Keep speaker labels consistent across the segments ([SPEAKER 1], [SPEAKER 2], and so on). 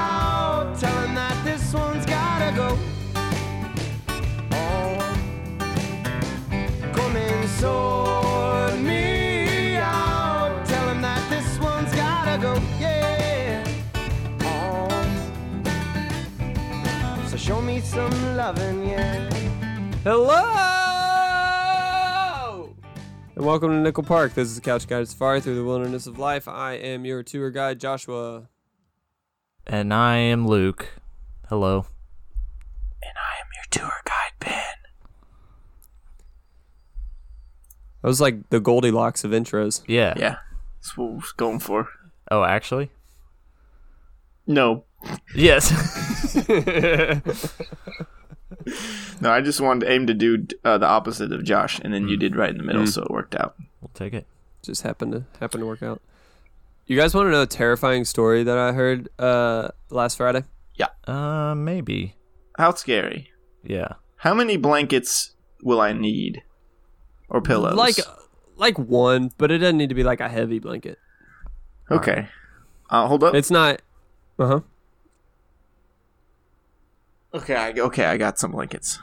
[SPEAKER 1] Oh. Oh.
[SPEAKER 2] loving you.
[SPEAKER 3] Hello! And welcome to Nickel Park. This is the Couch Guide's Far Through the Wilderness of Life. I am your tour guide, Joshua.
[SPEAKER 4] And I am Luke. Hello.
[SPEAKER 3] That was like the Goldilocks of intros.
[SPEAKER 4] Yeah.
[SPEAKER 2] Yeah, that's what we're going for.
[SPEAKER 4] Oh, actually?
[SPEAKER 2] No,
[SPEAKER 4] Yes.
[SPEAKER 2] no, I just wanted to aim to do uh, the opposite of Josh, and
[SPEAKER 3] Mm.
[SPEAKER 2] then you did right in the middle, so it worked out.
[SPEAKER 4] we'll take it.
[SPEAKER 3] Just happened to happened to work out. You guys want to know a terrifying story that I heard uh, last Friday?
[SPEAKER 4] Uh, maybe.
[SPEAKER 2] How scary.
[SPEAKER 4] Yeah.
[SPEAKER 2] How many blankets will I need? Or pillows?
[SPEAKER 3] Like like one, but it doesn't need to be like a heavy blanket.
[SPEAKER 2] okay. Uh, hold up.
[SPEAKER 3] It's not. Uh huh.
[SPEAKER 2] okay, I, okay, I got some blankets.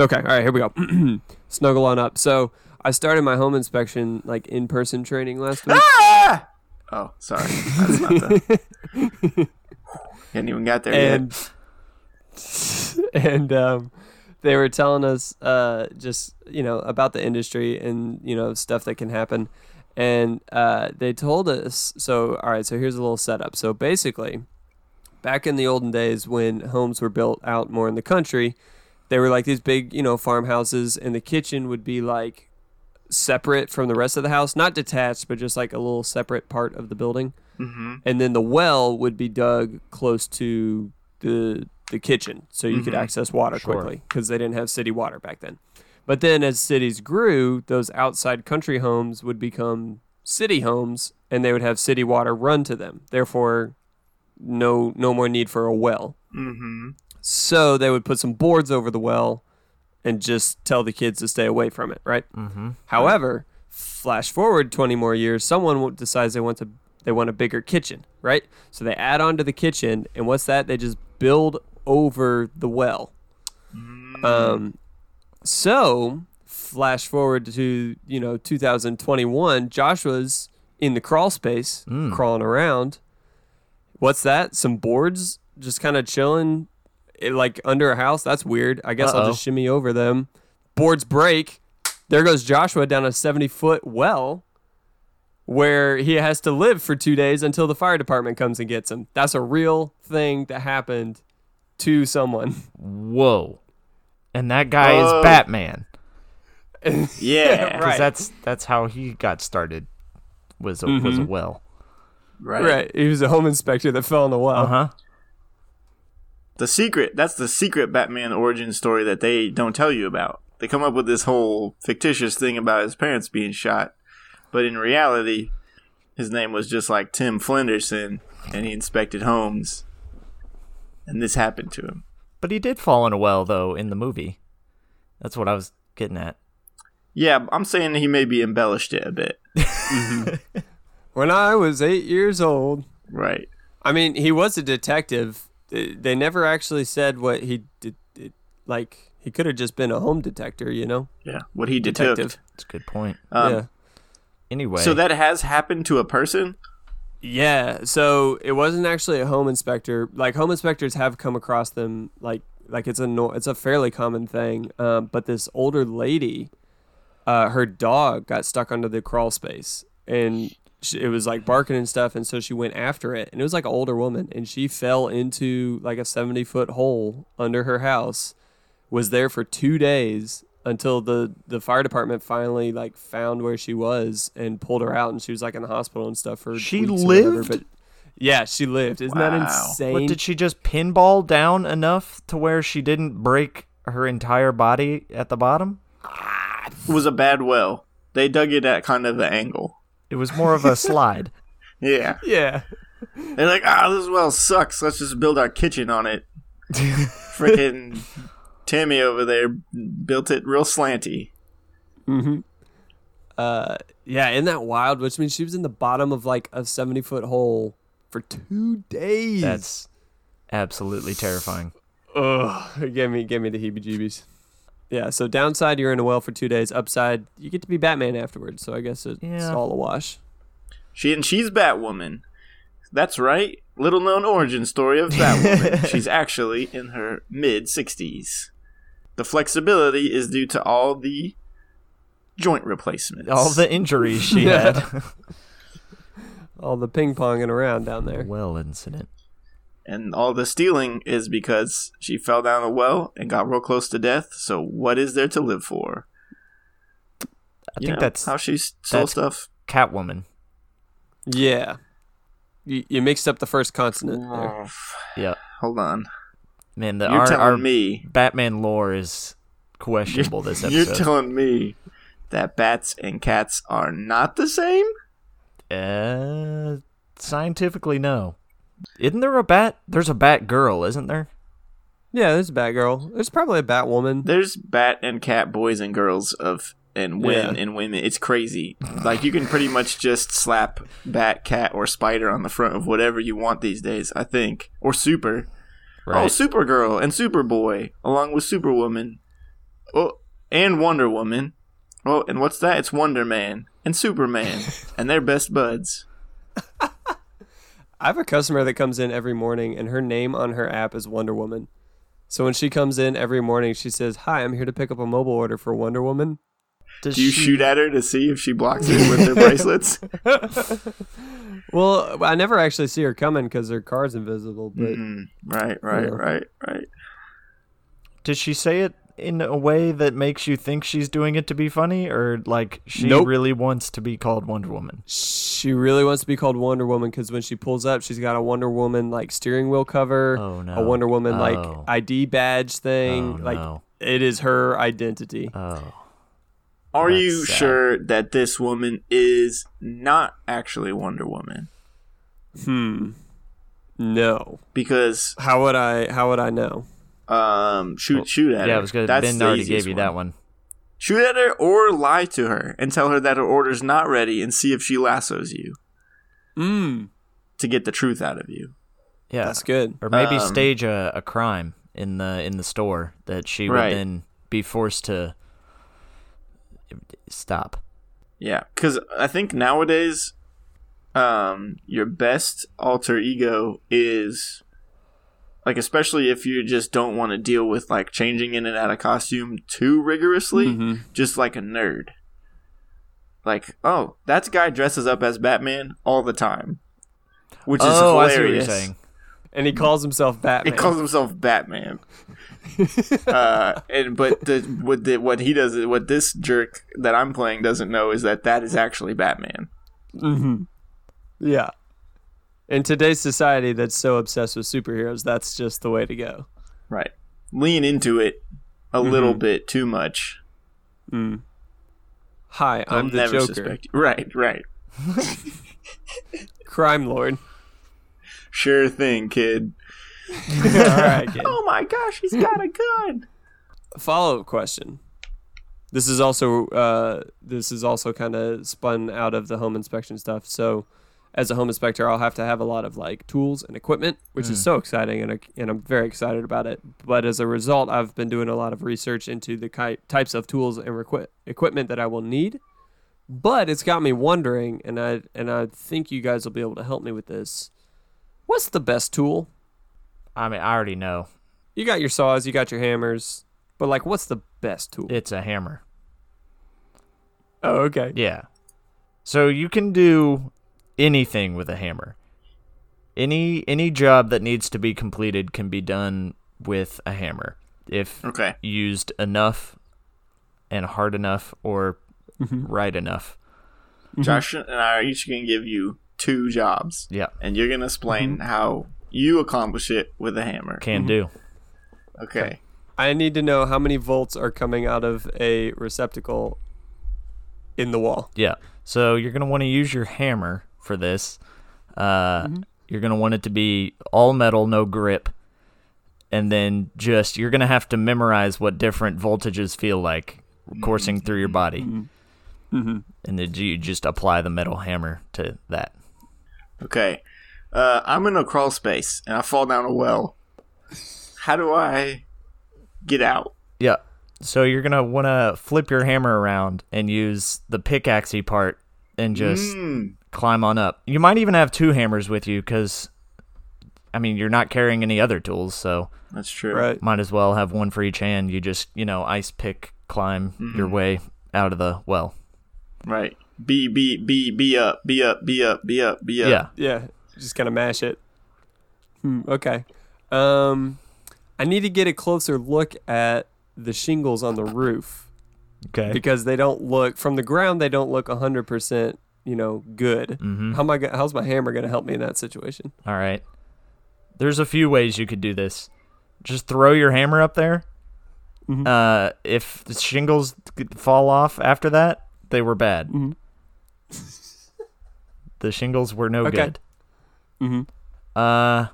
[SPEAKER 3] Okay. All right. Here we go. Snuggle on up. So I started my home inspection like in person training last week.
[SPEAKER 2] Ah! Oh, sorry. That's not the... Hadn't even got there yet.
[SPEAKER 3] and and um, they were telling us uh, just you know about the industry and you know stuff that can happen and uh, they told us so all right so here's a little setup so basically back in the olden days when homes were built out more in the country they were like these big you know farmhouses and the kitchen would be like separate from the rest of the house not detached but just like a little separate part of the building
[SPEAKER 2] Mm-hmm.
[SPEAKER 3] and then the well would be dug close to the the kitchen so you could
[SPEAKER 2] Mhm.
[SPEAKER 3] access water
[SPEAKER 4] Sure.
[SPEAKER 3] quickly because they didn't have city water back then but then as cities grew those outside country homes would become city homes and they would have city water run to them therefore no no more need for a well
[SPEAKER 2] Mm-hmm.
[SPEAKER 3] so they would put some boards over the well and just tell the kids to stay away from it right
[SPEAKER 4] Mm-hmm.
[SPEAKER 3] However, flash forward 20 more years, someone wa- decides they want to they want a bigger kitchen, right? So they add on to the kitchen, and what's that? They just build over the well. Um, so flash forward to you know 2021, Joshua's in the crawl space, crawling around. What's that? Some boards just kind of chilling, eh, like under a house. That's weird. I guess I'll
[SPEAKER 4] Uh-oh.
[SPEAKER 3] just shimmy over them. Boards break. There goes Joshua down a 70 foot well where he has to live for two days until the fire department comes and gets him. That's a real thing that happened to someone.
[SPEAKER 4] Whoa. And that guy
[SPEAKER 2] Whoa.
[SPEAKER 4] is Batman.
[SPEAKER 2] Yeah.
[SPEAKER 3] Right.
[SPEAKER 4] Because that's that's how he got started. Was a, was a
[SPEAKER 2] Mm-hmm.
[SPEAKER 4] well.
[SPEAKER 2] right.
[SPEAKER 3] Right. Uh-huh. He was a home inspector that fell in the well.
[SPEAKER 4] Uh
[SPEAKER 2] Uh-huh.
[SPEAKER 4] huh.
[SPEAKER 2] the secret that's the secret batman origin story that they don't tell you about they come up with this whole fictitious thing about his parents being shot but in reality his name was just like tim flenderson and he inspected homes and this happened to him
[SPEAKER 4] But he did fall in a well though in the movie. That's what I was getting at.
[SPEAKER 2] yeah i'm saying he maybe embellished it a bit
[SPEAKER 3] When I was eight years old.
[SPEAKER 2] right
[SPEAKER 3] I mean, he was a detective. They they never actually said what he did. It, like, he could have just been a home detector, you know?
[SPEAKER 2] yeah what he detected
[SPEAKER 3] Detective.
[SPEAKER 4] That's a good point.
[SPEAKER 2] Um,
[SPEAKER 3] yeah.
[SPEAKER 4] Anyway.
[SPEAKER 2] so that has happened to a person
[SPEAKER 3] Yeah, so it wasn't actually a home inspector. Like home inspectors have come across them, like like it's a no, it's a fairly common thing. Um, but this older lady, uh, her dog got stuck under the crawl space, and she, it was like barking and stuff, and so she went after it, and it was like an older woman, and she fell into like a seventy foot hole under her house, was there for two days until the the fire department finally like found where she was and pulled her out and she was like in the hospital and stuff for
[SPEAKER 4] She
[SPEAKER 3] weeks or whatever,
[SPEAKER 4] lived?
[SPEAKER 3] but yeah she lived isn't that
[SPEAKER 2] Wow.
[SPEAKER 3] insane
[SPEAKER 4] What did she just pinball down enough to where she didn't break her entire body at the bottom?
[SPEAKER 2] it was a bad well they dug it at kind of an angle
[SPEAKER 4] It was more of a slide.
[SPEAKER 2] yeah
[SPEAKER 3] yeah
[SPEAKER 2] They're like, ah, this well sucks. Let's just build our kitchen on it. Freaking Tammy over there built it real slanty.
[SPEAKER 3] uh yeah isn't that wild which means she was in the bottom of like a 70 foot hole for two days
[SPEAKER 4] That's absolutely terrifying.
[SPEAKER 3] Ugh, it gave me gave me the heebie-jeebies. Yeah, so downside you're in a well for two days. Upside you get to be Batman afterwards. So I guess it's
[SPEAKER 4] Yeah.
[SPEAKER 3] all a wash.
[SPEAKER 2] She and she's Batwoman. That's right. Little known origin story of Batwoman. she's actually in her mid sixties. The flexibility is due to all the joint replacements.
[SPEAKER 4] All the injuries she
[SPEAKER 3] Yeah.
[SPEAKER 4] had.
[SPEAKER 3] All the ping ponging around down there.
[SPEAKER 4] well incident.
[SPEAKER 2] and all the stealing is because she fell down a well and got real close to death. So what is there to live for?
[SPEAKER 4] I think that's
[SPEAKER 2] how she s- stole
[SPEAKER 4] that's-
[SPEAKER 2] stuff.
[SPEAKER 4] Catwoman.
[SPEAKER 3] Yeah. You, you mixed up the first consonant there.
[SPEAKER 4] Yeah.
[SPEAKER 2] Oh, Hold on,
[SPEAKER 4] Man, the,
[SPEAKER 2] you're
[SPEAKER 4] our,
[SPEAKER 2] telling
[SPEAKER 4] our
[SPEAKER 2] me,
[SPEAKER 4] Batman lore is questionable this
[SPEAKER 2] you're
[SPEAKER 4] episode.
[SPEAKER 2] telling me that bats and cats are not the same.
[SPEAKER 4] uh, scientifically, no. Isn't there a bat? There's a bat girl, isn't there?
[SPEAKER 3] Yeah, there's a Batgirl. There's probably a Batwoman.
[SPEAKER 2] There's bat and cat boys and girls of and men
[SPEAKER 3] Yeah.
[SPEAKER 2] and women. It's crazy. Like you can pretty much just slap bat, cat, or spider on the front of whatever you want these days. I think or super. Oh, Supergirl and Superboy, along with Superwoman. Oh, and Wonder Woman. Oh, and what's that? It's Wonder Man and Superman, and they're best buds.
[SPEAKER 3] I have a customer that comes in every morning, and her name on her app is Wonder Woman. So when she comes in every morning, she says, "Hi, I'm here to pick up a mobile order for Wonder Woman."
[SPEAKER 4] Does
[SPEAKER 2] Do you
[SPEAKER 4] she-
[SPEAKER 2] shoot at her to see if she blocks it with her bracelets?
[SPEAKER 3] Well, I never actually see her coming because her car's invisible. But
[SPEAKER 2] Mm, right, right,
[SPEAKER 3] Yeah.
[SPEAKER 2] right, right.
[SPEAKER 4] Did she say it in a way that makes you think she's doing it to be funny, or like she
[SPEAKER 3] Nope.
[SPEAKER 4] really wants to be called Wonder Woman?
[SPEAKER 3] she really wants to be called Wonder Woman because when she pulls up, she's got a Wonder Woman like steering wheel cover,
[SPEAKER 4] Oh, no.
[SPEAKER 3] a Wonder Woman
[SPEAKER 4] Oh.
[SPEAKER 3] like ID badge thing.
[SPEAKER 4] Oh,
[SPEAKER 3] like
[SPEAKER 4] no.
[SPEAKER 3] it is her identity.
[SPEAKER 4] Oh,
[SPEAKER 2] Are
[SPEAKER 4] That's
[SPEAKER 2] you
[SPEAKER 4] sad.
[SPEAKER 2] sure that this woman is not actually Wonder Woman?
[SPEAKER 3] hmm. No.
[SPEAKER 2] Because
[SPEAKER 3] How would I? How would I know?
[SPEAKER 2] um, shoot, shoot at her.
[SPEAKER 4] yeah, I was good.
[SPEAKER 2] That's
[SPEAKER 4] Ben
[SPEAKER 2] the
[SPEAKER 4] already
[SPEAKER 2] easiest
[SPEAKER 4] gave you
[SPEAKER 2] one.
[SPEAKER 4] that one.
[SPEAKER 2] Shoot at her or lie to her and tell her that her order's not ready, and see if she lassos you
[SPEAKER 3] Mm,
[SPEAKER 2] to get the truth out of you.
[SPEAKER 4] Yeah,
[SPEAKER 3] That's good.
[SPEAKER 4] or maybe
[SPEAKER 2] Um,
[SPEAKER 4] stage a, a crime in the in the store that she
[SPEAKER 2] Right.
[SPEAKER 4] would then be forced to stop.
[SPEAKER 2] Yeah, because I think nowadays, um, your best alter ego is like, especially if you just don't want to deal with like changing in and out of costume too rigorously,
[SPEAKER 4] Mm-hmm.
[SPEAKER 3] Mhm.
[SPEAKER 2] just like a nerd. Like, oh, that guy dresses up as Batman all the time, which is
[SPEAKER 4] oh, I
[SPEAKER 2] hilarious.
[SPEAKER 4] see what you're saying.
[SPEAKER 3] And he calls himself
[SPEAKER 2] He
[SPEAKER 3] Batman.
[SPEAKER 2] calls himself Batman. uh, and but the, what the, what he does what this jerk that I'm playing doesn't know is that that is actually Batman.
[SPEAKER 3] Mhm. Yeah. In today's society that's so obsessed with superheroes, that's just the way to go.
[SPEAKER 2] Right. Lean into it a
[SPEAKER 3] Mm-hmm.
[SPEAKER 2] little bit too much.
[SPEAKER 3] Mm. Hi,
[SPEAKER 2] They'll
[SPEAKER 3] I'm the Joker,
[SPEAKER 2] suspect. you. Right, right.
[SPEAKER 3] crime lord.
[SPEAKER 2] Sure thing, kid.
[SPEAKER 3] All right, kid.
[SPEAKER 2] Oh my gosh, he's got a gun.
[SPEAKER 3] Follow up question. This is also uh, this is also kind of spun out of the home inspection stuff. So, as a home inspector, I'll have to have a lot of like tools and equipment, which is so exciting, and and I'm very excited about it. But as a result, I've been doing a lot of research into the ki- types of tools and requi- equipment that I will need. But it's got me wondering, and I and I think you guys will be able to help me with this. What's the best tool?
[SPEAKER 4] I mean, I already know
[SPEAKER 3] You got your saws, you got your hammers, but like, what's the best tool?
[SPEAKER 4] it's a hammer.
[SPEAKER 3] Oh, okay.
[SPEAKER 4] Yeah. So you can do anything with a hammer. Any any job that needs to be completed can be done with a hammer if
[SPEAKER 2] Okay.
[SPEAKER 4] used enough and hard enough or right enough.
[SPEAKER 2] Josh
[SPEAKER 3] Mm-hmm.
[SPEAKER 2] and I are each going to give you two jobs.
[SPEAKER 4] Yeah.
[SPEAKER 2] And you're going to explain
[SPEAKER 3] Mm-hmm.
[SPEAKER 2] how you accomplish it with a hammer.
[SPEAKER 4] Can do.
[SPEAKER 2] Okay.
[SPEAKER 3] I need to know how many volts are coming out of a receptacle in the wall.
[SPEAKER 4] Yeah. So you're going to want to use your hammer for this. Uh, You're going to want it to be all metal, no grip. And then just, you're going to have to memorize what different voltages feel like coursing through your body. And then you just apply the metal hammer to that.
[SPEAKER 2] Okay. Uh, I'm in a crawl space and I fall down a well. How do I get out?
[SPEAKER 4] Yeah. So you're going to want to flip your hammer around and use the pickaxey part and just
[SPEAKER 2] Mm,
[SPEAKER 4] climb on up. You might even have two hammers with you because I mean, you're not carrying any other tools, so
[SPEAKER 2] That's true.
[SPEAKER 3] Right.
[SPEAKER 4] might as well have one for each hand. You just, you know, ice pick, climb your way out of the well.
[SPEAKER 2] Right. B B B B up, B up, B up, B up, B
[SPEAKER 4] Yeah.
[SPEAKER 2] up.
[SPEAKER 3] Yeah, just kind of mash it. Hmm, okay. Um, I need to get a closer look at the shingles on the roof
[SPEAKER 4] Okay.
[SPEAKER 3] because they don't look from the ground. They don't look hundred percent, you know, good. How am I? go- How's my hammer going to help me in that situation?
[SPEAKER 4] All right. There's a few ways you could do this. Just throw your hammer up there. Uh, if the shingles could fall off after that, they were bad. the shingles were no
[SPEAKER 3] Okay.
[SPEAKER 4] good. Mm-hmm. Uh,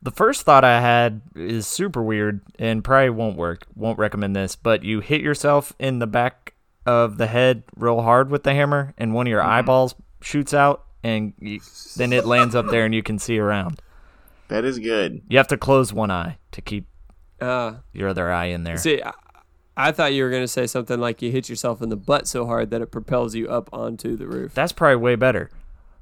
[SPEAKER 4] the first thought I had is super weird and probably won't work. Won't recommend this, but you hit yourself in the back of the head real hard with the hammer, and one of your eyeballs shoots out, and you, then it lands up there, and you can see around.
[SPEAKER 2] That is good.
[SPEAKER 4] You have to close one eye to keep
[SPEAKER 3] Uh,
[SPEAKER 4] your other eye in there.
[SPEAKER 3] see, I, I thought you were going to say something like you hit yourself in the butt so hard that it propels you up onto the roof.
[SPEAKER 4] That's probably way better.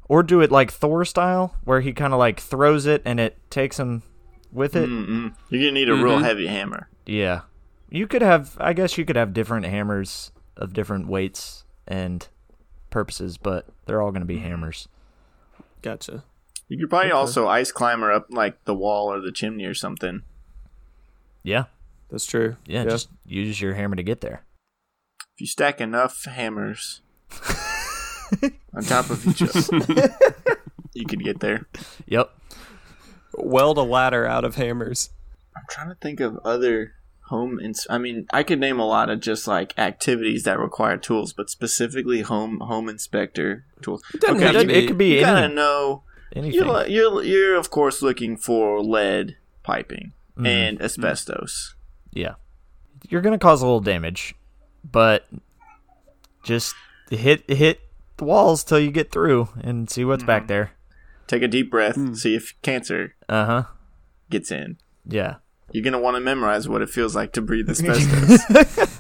[SPEAKER 4] Or do it like Thor style, where he kind of like throws it and it takes him with it.
[SPEAKER 2] You're gonna need a real
[SPEAKER 3] Mm-hmm.
[SPEAKER 2] heavy hammer.
[SPEAKER 4] Yeah. You could have, I guess you could have different hammers of different weights and purposes, but they're all going to be hammers.
[SPEAKER 3] Gotcha.
[SPEAKER 2] You could probably also ice climber up like the wall or the chimney or something.
[SPEAKER 4] Yeah.
[SPEAKER 3] That's true.
[SPEAKER 4] Yeah. Just use your hammer to get there.
[SPEAKER 2] If you stack enough hammers on top of each other, you could get there.
[SPEAKER 4] Yep.
[SPEAKER 3] weld a ladder out of hammers.
[SPEAKER 2] I'm trying to think of other home. Ins- I mean, I could name a lot of just like activities that require tools, but specifically home home inspector tools.
[SPEAKER 3] doesn't
[SPEAKER 2] Okay,
[SPEAKER 3] have
[SPEAKER 2] you,
[SPEAKER 3] to be-
[SPEAKER 4] it could be
[SPEAKER 2] you gotta
[SPEAKER 4] any,
[SPEAKER 2] know
[SPEAKER 4] anything.
[SPEAKER 2] you're, li- you're you're of course looking for lead piping
[SPEAKER 3] Mm-hmm.
[SPEAKER 2] and asbestos.
[SPEAKER 4] Yeah. You're gonna cause a little damage, but just hit hit the walls till you get through and see what's back there.
[SPEAKER 2] Take a deep breath, see if cancer
[SPEAKER 4] Uh huh.
[SPEAKER 2] gets in.
[SPEAKER 4] Yeah.
[SPEAKER 2] You're gonna want to memorize what it feels like to breathe asbestos.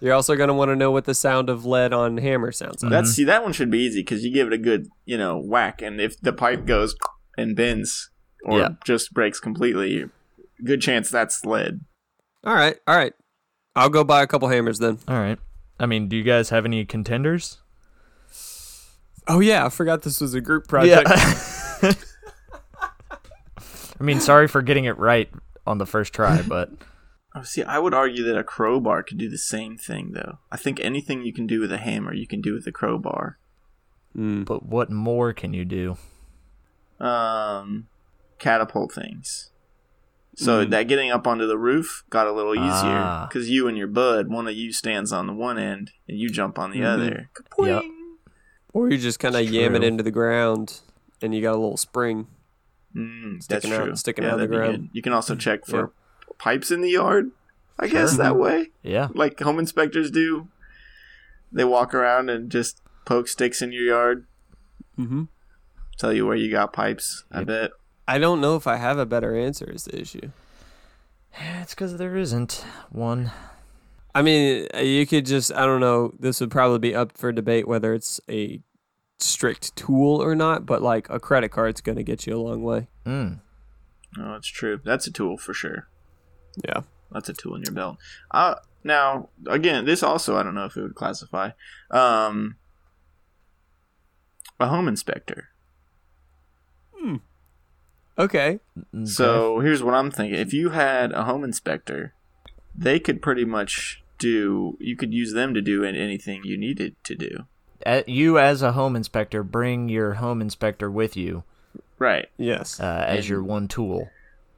[SPEAKER 3] You're also going to want to know what the sound of lead on hammer sounds like.
[SPEAKER 2] That's see that one should be easy because you give it a good you know whack, and if the pipe goes and bends or
[SPEAKER 4] Yeah.
[SPEAKER 2] just breaks completely, good chance that's lead.
[SPEAKER 3] All right, all right. I'll go buy a couple hammers then.
[SPEAKER 4] All right. I mean, do you guys have any contenders?
[SPEAKER 3] Oh yeah, I forgot this was a group project.
[SPEAKER 4] I mean, sorry for getting it right on the first try, but
[SPEAKER 2] Oh, see, I would argue that a crowbar could do the same thing though. I think anything you can do with a hammer, you can do with a crowbar.
[SPEAKER 3] Hmm.
[SPEAKER 4] but what more can you do?
[SPEAKER 2] um, catapult things.
[SPEAKER 3] Hmm.
[SPEAKER 2] So that getting up onto the roof got a little easier
[SPEAKER 4] Ah.
[SPEAKER 2] because you and your bud, one of you stands on the one end and you jump on the
[SPEAKER 3] Mm-hmm.
[SPEAKER 2] other.
[SPEAKER 4] Yep.
[SPEAKER 3] Or you just kind of
[SPEAKER 4] It's
[SPEAKER 3] yam it
[SPEAKER 4] true.
[SPEAKER 3] into the ground, and you got a little spring.
[SPEAKER 2] Mm, that's
[SPEAKER 3] Sticking out-
[SPEAKER 2] true.
[SPEAKER 3] sticking out of the
[SPEAKER 2] that'd be
[SPEAKER 3] ground.
[SPEAKER 2] good. You can also check for pipes in the yard, I guess,
[SPEAKER 3] Mm-hmm.
[SPEAKER 2] that way,
[SPEAKER 4] Yeah.
[SPEAKER 2] like home inspectors do. They walk around and just poke sticks in your yard,
[SPEAKER 3] Mm-hmm.
[SPEAKER 2] tell you where you got pipes. I
[SPEAKER 4] Yep.
[SPEAKER 2] bet.
[SPEAKER 3] I don't know if I have a better answer is the issue.
[SPEAKER 4] It's because there isn't one.
[SPEAKER 3] I mean, you could just, I don't know, this would probably be up for debate whether it's a strict tool or not, but like a credit card's going to get you a long way.
[SPEAKER 4] Mm.
[SPEAKER 2] Oh, that's true. That's a tool for sure.
[SPEAKER 3] Yeah.
[SPEAKER 2] that's a tool in your belt. Uh, now again, this also I don't know if it would classify um, a home inspector.
[SPEAKER 3] Okay.
[SPEAKER 2] So here's what I'm thinking: if you had a home inspector, they could pretty much do. You could use them to do an- anything you needed to do.
[SPEAKER 4] At, you, as a home inspector, bring your home inspector with you
[SPEAKER 2] Right.
[SPEAKER 3] Yes.
[SPEAKER 4] uh, as your one tool.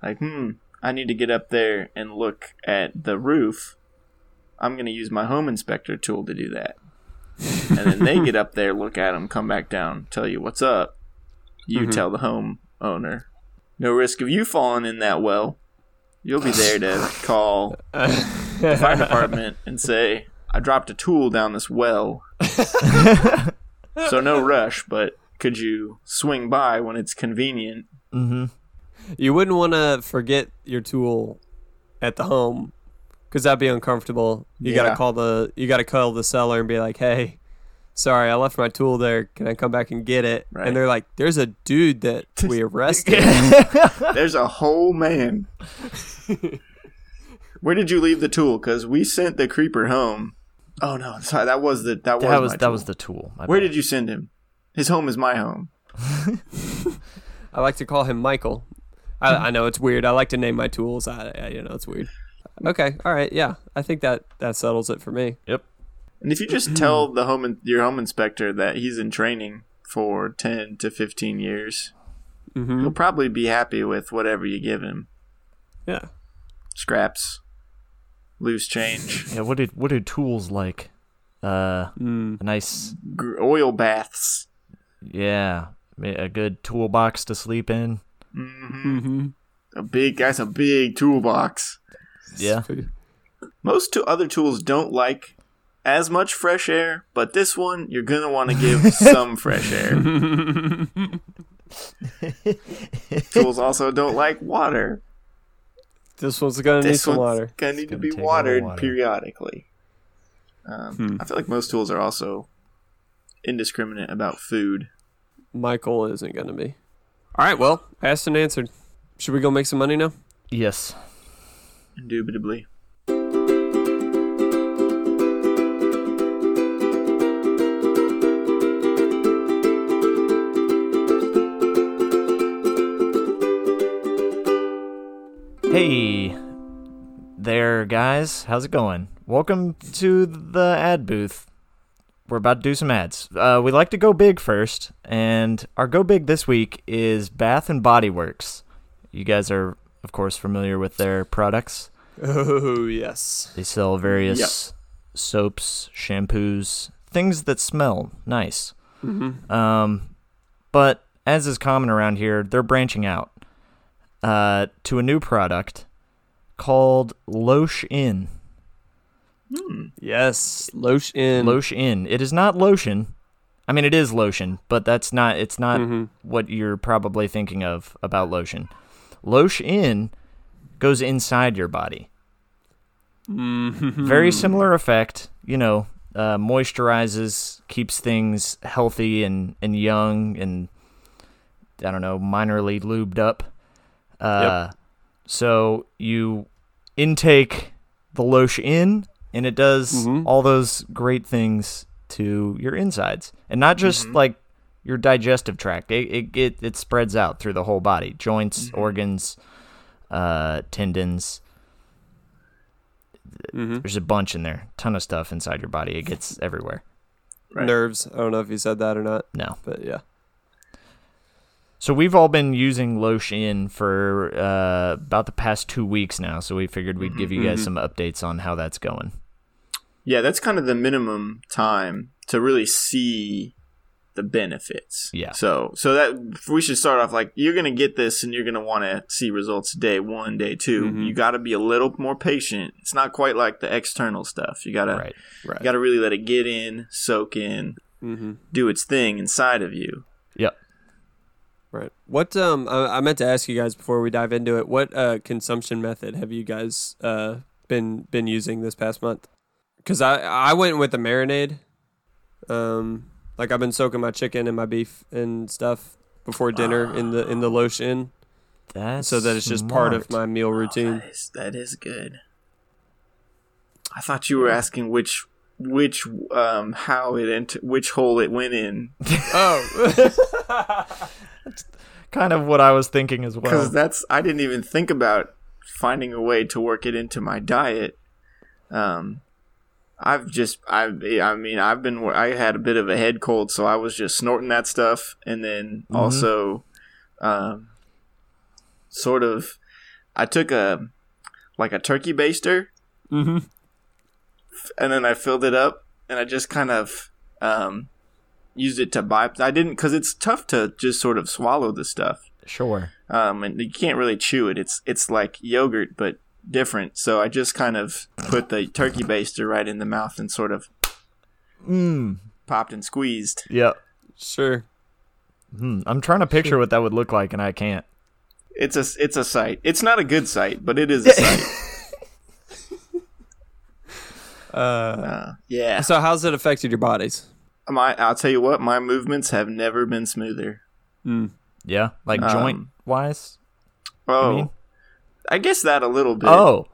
[SPEAKER 2] Like, hmm, I need to get up there and look at the roof. I'm going to use my home inspector tool to do that. and then they get up there, look at them, come back down, tell you what's up. You tell the home owner. No risk of you falling in that well. You'll be there to call the fire department and say, I dropped a tool down this well. so no rush, but could you swing by when it's convenient
[SPEAKER 3] You wouldn't want to forget your tool at the home because that'd be uncomfortable. You
[SPEAKER 2] Yeah.
[SPEAKER 3] gotta call the you gotta call the seller and be like, "Hey, sorry, I left my tool there. Can I come back and get it?
[SPEAKER 2] Right.
[SPEAKER 3] And they're like, there's a dude that we arrested.
[SPEAKER 2] There's a whole man. Where did you leave the tool? Because we sent the creeper home. Oh no, sorry, that was the that was
[SPEAKER 4] that was
[SPEAKER 2] my
[SPEAKER 4] that
[SPEAKER 2] tool.
[SPEAKER 4] was the tool. My
[SPEAKER 2] Where
[SPEAKER 4] bad.
[SPEAKER 2] did you send him? His home is my home.
[SPEAKER 3] I like to call him Michael. I, I know it's weird. I like to name my tools. I, I you know it's weird. Okay, all right, yeah. I think that that settles it for me.
[SPEAKER 4] Yep.
[SPEAKER 2] And if you just tell the home in- your home inspector that he's in training for ten to fifteen years,
[SPEAKER 3] Mm-hmm.
[SPEAKER 2] he'll probably be happy with whatever you give him.
[SPEAKER 3] Yeah.
[SPEAKER 2] Scraps, loose change,
[SPEAKER 4] Yeah. What did what do tools like? Uh,
[SPEAKER 3] Mm.
[SPEAKER 4] a nice.
[SPEAKER 2] gr- oil baths.
[SPEAKER 4] Yeah, a good toolbox to sleep in.
[SPEAKER 2] hmm
[SPEAKER 3] Mm-hmm.
[SPEAKER 2] A big that's a big toolbox.
[SPEAKER 4] Yeah.
[SPEAKER 2] Most two other tools don't like as much fresh air, but this one you're gonna want to give some fresh air. tools also don't like water.
[SPEAKER 3] This one's gonna need
[SPEAKER 2] This
[SPEAKER 3] some
[SPEAKER 2] one's
[SPEAKER 3] water.
[SPEAKER 2] gonna need to
[SPEAKER 4] gonna
[SPEAKER 2] be
[SPEAKER 4] take a little
[SPEAKER 2] watered
[SPEAKER 4] water. Hmm.
[SPEAKER 2] periodically. Um, I feel like most tools are also indiscriminate about food.
[SPEAKER 3] Michael isn't gonna be. All right. Well, asked and answered. Should we go make some money now?
[SPEAKER 4] Yes.
[SPEAKER 2] Indubitably.
[SPEAKER 4] Hey there, guys. How's it going? Welcome to the ad booth. We're about to do some ads. Uh, we like to go big first, and our go big this week is Bath and Body Works. You guys are, of course, familiar with their products.
[SPEAKER 3] Oh yes.
[SPEAKER 4] They sell various soaps, shampoos, things that smell nice.
[SPEAKER 3] Mm-hmm.
[SPEAKER 4] Um, but as is common around here, they're branching out uh, to a new product called Loche In.
[SPEAKER 3] Yes. Loche in.
[SPEAKER 4] Loche In. It is not lotion. I mean, it is lotion, but that's not. It's not what you're probably thinking of about lotion. Loche In goes inside your body. Very similar effect, you know. Uh, moisturizes, keeps things healthy and and young, and I don't know, minorly lubed up. Uh, So you intake the loche in, and it does
[SPEAKER 3] Mm-hmm.
[SPEAKER 4] all those great things to your insides, and not just
[SPEAKER 3] Mm-hmm.
[SPEAKER 4] like your digestive tract. It it, it it spreads out through the whole body, joints,
[SPEAKER 3] Mm-hmm.
[SPEAKER 4] organs, uh, tendons.
[SPEAKER 3] Mm-hmm.
[SPEAKER 4] There's a bunch in there, ton of stuff inside your body. It gets everywhere.
[SPEAKER 2] Right.
[SPEAKER 3] Nerves. I don't know if you said that or not,
[SPEAKER 4] No,
[SPEAKER 3] but yeah.
[SPEAKER 4] so we've all been using Loche in for uh, about the past two weeks now. So we figured we'd give you
[SPEAKER 3] Mm-hmm.
[SPEAKER 4] guys some updates on how that's going.
[SPEAKER 2] Yeah, that's kind of the minimum time to really see the benefits.
[SPEAKER 4] Yeah.
[SPEAKER 2] So so that we should start off like you're gonna get this and you're gonna want to see results day one, day 2
[SPEAKER 4] Mm-hmm.
[SPEAKER 2] You got to be a little more patient. It's not quite like the external stuff. You gotta
[SPEAKER 4] Right. Mm-hmm.
[SPEAKER 2] you gotta really let it get in, soak in, do its thing inside of you.
[SPEAKER 4] Yep.
[SPEAKER 3] Right. What um I, I meant to ask you guys before we dive into it, what uh consumption method have you guys uh been been using this past month? Cuz I I went with the marinade. Um like I've been soaking my chicken and my beef and stuff before dinner in the in the lotion
[SPEAKER 4] That's
[SPEAKER 3] so that it's just part of my
[SPEAKER 4] smart.
[SPEAKER 3] meal routine.
[SPEAKER 2] That is, that is good. I thought you were asking which which um how it ent- which hole it went in
[SPEAKER 3] oh.
[SPEAKER 4] kind of what I was thinking as
[SPEAKER 2] because
[SPEAKER 4] well.
[SPEAKER 2] that's I didn't even think about finding a way to work it into my diet. Um, I've just I I mean I've been wor- I had a bit of a head cold, so I was just snorting that stuff, and then also, um, sort of, I took a like a turkey baster,
[SPEAKER 3] Mhm.
[SPEAKER 2] f- and then I filled it up, and I just kind of um. Used it to buy. I didn't because it's tough to just sort of swallow the stuff
[SPEAKER 4] Sure.
[SPEAKER 2] um, and you can't really chew it. It's it's like yogurt but different. So I just kind of put the turkey baster right in the mouth and sort of
[SPEAKER 4] Mm.
[SPEAKER 2] popped and squeezed.
[SPEAKER 4] Yep.
[SPEAKER 3] sure.
[SPEAKER 4] Hmm. I'm trying to picture what that would look like, and I can't.
[SPEAKER 2] It's a it's a sight. It's not a good sight, but it is a sight.
[SPEAKER 3] Uh
[SPEAKER 2] Uh, yeah.
[SPEAKER 4] Uh,
[SPEAKER 3] so how's it affected your bodies?
[SPEAKER 2] Uh, my I'll tell you what, my movements have never been smoother.
[SPEAKER 3] Mm.
[SPEAKER 4] Yeah, like
[SPEAKER 2] Um,
[SPEAKER 4] joint wise.
[SPEAKER 2] Oh, I,
[SPEAKER 4] mean-
[SPEAKER 2] guess that a little bit.
[SPEAKER 4] Oh,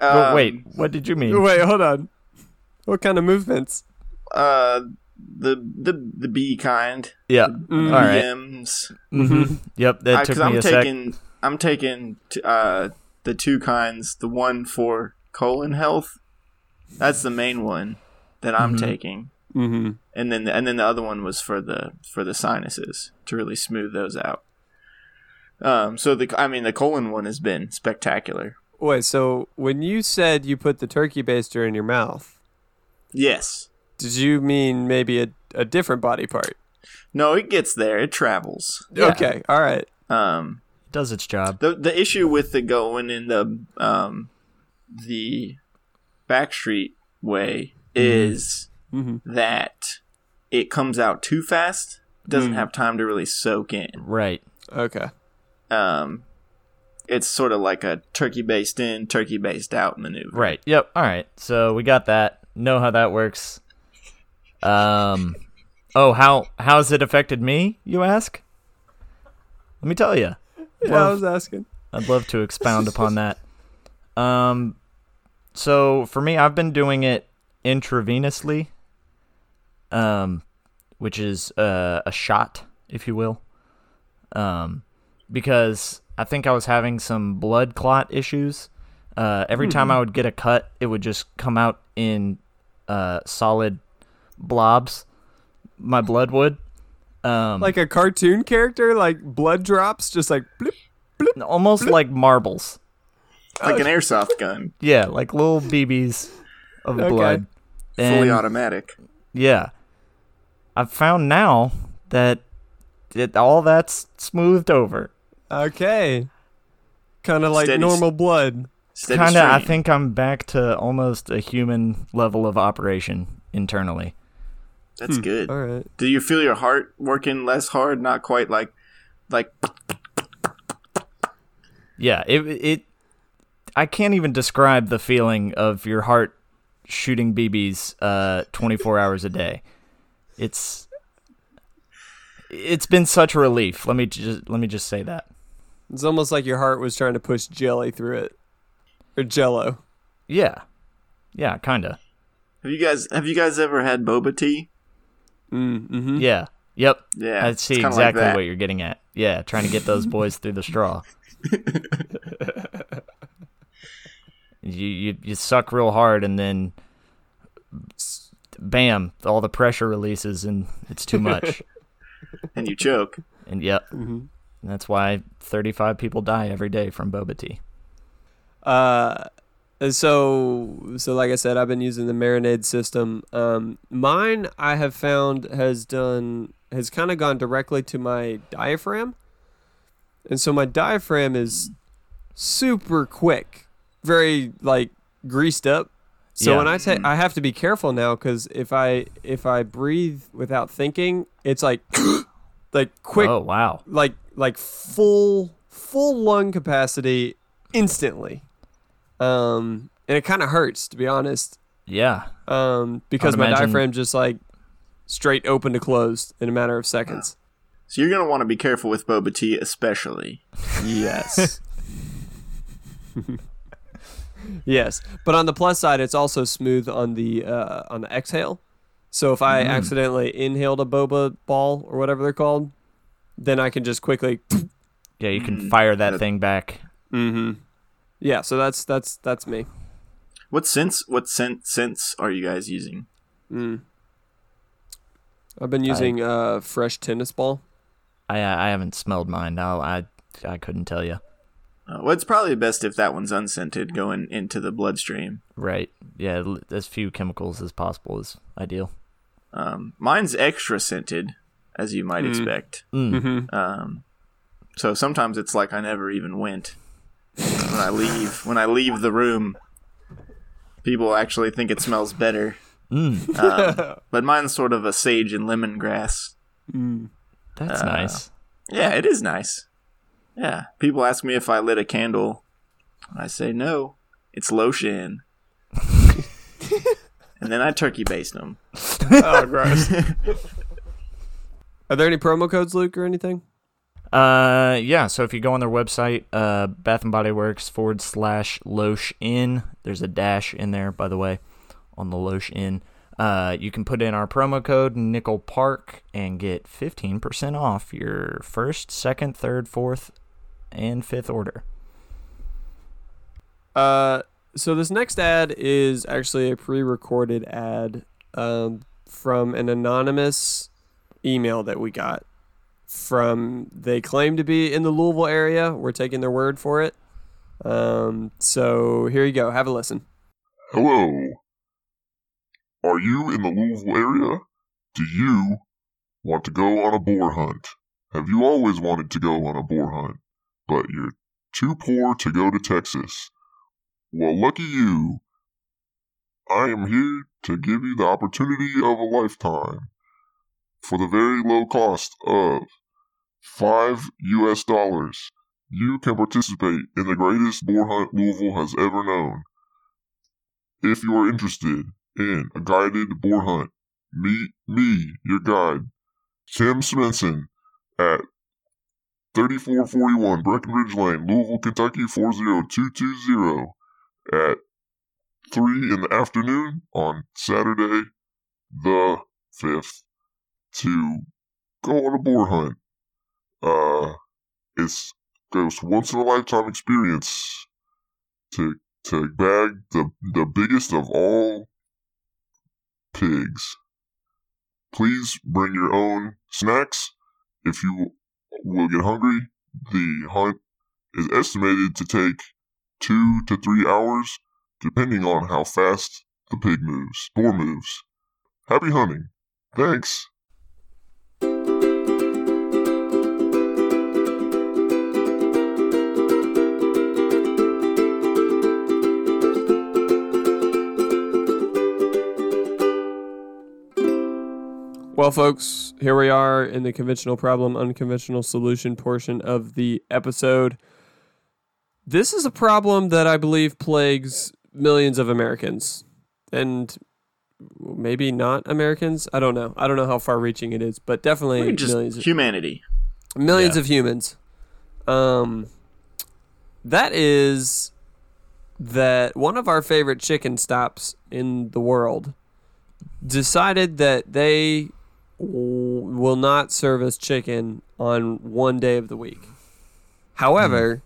[SPEAKER 2] Um,
[SPEAKER 4] wait, what did you mean?
[SPEAKER 3] Wait, hold on. What kind of movements?
[SPEAKER 2] Uh, the the the B kind.
[SPEAKER 4] Yeah. All right.
[SPEAKER 2] BMs.
[SPEAKER 4] Mm-hmm. Yep, that took
[SPEAKER 2] Because
[SPEAKER 4] me
[SPEAKER 2] Uh, I'm
[SPEAKER 4] a sec.
[SPEAKER 2] taking I'm taking t- uh the two kinds. The one for colon health. That's the main one that I'm taking.
[SPEAKER 3] Mm-hmm.
[SPEAKER 2] and then and then the other one was for the for the sinuses to really smooth those out. Um, so the I mean the colon one has been spectacular.
[SPEAKER 3] Wait, so when you said you put the turkey baster in your mouth,
[SPEAKER 2] Yes.
[SPEAKER 3] did you mean maybe a, a different body part?
[SPEAKER 2] No, it gets there. It travels.
[SPEAKER 4] Yeah.
[SPEAKER 3] Okay, all right.
[SPEAKER 2] Um,
[SPEAKER 4] Does its job.
[SPEAKER 2] the the issue with the going in the um, the backstreet way
[SPEAKER 4] Mm-hmm.
[SPEAKER 2] is
[SPEAKER 3] Mhm.
[SPEAKER 2] that it comes out too fast.
[SPEAKER 4] Mm.
[SPEAKER 2] Doesn't have time to really soak in.
[SPEAKER 4] Right.
[SPEAKER 3] Okay.
[SPEAKER 2] Um, it's sort of like a turkey based in, turkey based out maneuver.
[SPEAKER 4] Right. Yep. All right. So we got that. Know how that works. Um. Oh, how how's it affected me? You ask. Let me tell you.
[SPEAKER 3] Yeah, I was asking.
[SPEAKER 4] I'd love to expound upon that. Um, so for me, I've been doing it intravenously, um, which is uh, a shot, if you will, um, because I think I was having some blood clot issues. Uh, every time I would get a cut, it would just come out in uh, solid blobs. My blood would. Um,
[SPEAKER 3] Like a cartoon character, like blood drops, just like blip.
[SPEAKER 4] almost like marbles.
[SPEAKER 2] like an airsoft gun,
[SPEAKER 4] Yeah, like little BBs of
[SPEAKER 3] Okay.
[SPEAKER 4] blood. And,
[SPEAKER 2] fully automatic.
[SPEAKER 4] Yeah. I've found now that it, all that's smoothed over.
[SPEAKER 3] Okay. Kind of like
[SPEAKER 2] Steady s-
[SPEAKER 3] normal blood.
[SPEAKER 2] Steady
[SPEAKER 4] Kind of, I
[SPEAKER 2] stream.
[SPEAKER 4] think I'm back to almost a human level of operation internally.
[SPEAKER 2] that's
[SPEAKER 4] Hmm.
[SPEAKER 2] good.
[SPEAKER 3] All right.
[SPEAKER 2] Do you feel your heart working less hard? Not quite like, like
[SPEAKER 4] Yeah, it it I can't even describe the feeling of your heart shooting BBs uh 24 hours a day. It's it's been such a relief. Let me just let me just say that.
[SPEAKER 3] It's almost like your heart was trying to push jelly through it, or jello.
[SPEAKER 4] Yeah. Yeah, kind of.
[SPEAKER 2] have you guys have you guys ever had boba tea?
[SPEAKER 3] Mm-hmm.
[SPEAKER 4] Yeah. Yep.
[SPEAKER 2] Hmm? Yeah,
[SPEAKER 4] I
[SPEAKER 2] it's
[SPEAKER 4] see
[SPEAKER 2] kinda like
[SPEAKER 4] exactly
[SPEAKER 2] that.
[SPEAKER 4] what you're getting at. Yeah, trying to get those boys through the straw. you, you you suck real hard and then bam, all the pressure releases and it's too much.
[SPEAKER 2] and you choke.
[SPEAKER 4] and yep.
[SPEAKER 2] Mm-hmm.
[SPEAKER 4] And that's why 35 people die every day from boba tea.
[SPEAKER 3] Uh, and so so like I said, I've been using the marinade system. Um, mine I have found has done has kind of gone directly to my diaphragm, and so my diaphragm is super quick, very like greased up. So
[SPEAKER 4] Yeah.
[SPEAKER 3] when I take, I have to be careful now because if I if I breathe without thinking, it's like like quick
[SPEAKER 4] Oh, wow.
[SPEAKER 3] like like full full lung capacity instantly um and it kind of hurts to be honest
[SPEAKER 4] Yeah.
[SPEAKER 3] um because
[SPEAKER 4] I'd
[SPEAKER 3] my
[SPEAKER 4] imagine-
[SPEAKER 3] diaphragm just like straight open to closed in a matter of seconds
[SPEAKER 2] So you're gonna want to be careful with boba tea, especially.
[SPEAKER 3] yes yes but on the plus side it's also smooth on the uh on the exhale so if
[SPEAKER 4] Mm.
[SPEAKER 3] i accidentally inhaled a boba ball or whatever they're called then i can just quickly
[SPEAKER 4] Yeah, you can
[SPEAKER 2] Mm,
[SPEAKER 4] fire that thing back.
[SPEAKER 3] yeah so that's that's that's me
[SPEAKER 2] What sense? What sen- sense are you guys using?
[SPEAKER 3] I've been using uh fresh tennis ball.
[SPEAKER 4] I I haven't smelled mine. I'll, I I couldn't tell you.
[SPEAKER 2] Uh, well, it's probably best if that one's unscented going into the bloodstream.
[SPEAKER 4] Right. Yeah, l- as few chemicals as possible is ideal.
[SPEAKER 2] Um, mine's extra scented, as you might expect. Um, so sometimes it's like I never even went. When I leave, when I leave the room, people actually think it smells better. Um, but mine's sort of a sage and lemongrass.
[SPEAKER 4] That's nice.
[SPEAKER 2] Yeah, it is nice. Yeah, people ask me if I lit a candle. I say no. It's lotion. and then I turkey based them.
[SPEAKER 3] oh, gross. Are there any promo codes, Luke, or anything?
[SPEAKER 4] Uh, yeah. So if you go on their website, uh, Bath and Body Works forward slash Loche In. There's a dash in there, by the way, on the Loche In. Uh, you can put in our promo code Nickel Park and get 15% off your first, second, third, fourth, and fifth order.
[SPEAKER 3] Uh, so this next ad is actually a pre-recorded ad um, from an anonymous email that we got from they claim to be in the Louisville area. We're taking their word for it. Um, so here you go. Have a listen.
[SPEAKER 5] Hello. Are you in the Louisville area? Do you want to go on a boar hunt? Have you always wanted to go on a boar hunt, but you're too poor to go to Texas? Well, lucky you. I am here to give you the opportunity of a lifetime for the very low cost of 5 US dollars. You can participate in the greatest boar hunt Louisville has ever known. If you are interested, in a guided boar hunt. Meet me, your guide, Tim Smenson, at 3441 Breckenridge Lane, Louisville, Kentucky 40220 at 3 in the afternoon on Saturday the 5th to go on a boar hunt. Uh, it's goes once in a lifetime experience to to bag the the biggest of all pigs. Please bring your own snacks if you will get hungry. The hunt is estimated to take two to three hours, depending on how fast the pig moves, boar moves. Happy hunting. Thanks.
[SPEAKER 3] Well, folks, here we are in the conventional problem, unconventional solution portion of the episode. This is a problem that I believe plagues millions of Americans and maybe not Americans. I don't know. I don't know how far reaching it is, but definitely
[SPEAKER 2] We're just
[SPEAKER 3] millions, of,
[SPEAKER 2] humanity.
[SPEAKER 3] millions of humans. Um, that is that one of our favorite chicken stops in the world decided that they w- will not service chicken on one day of the week. However,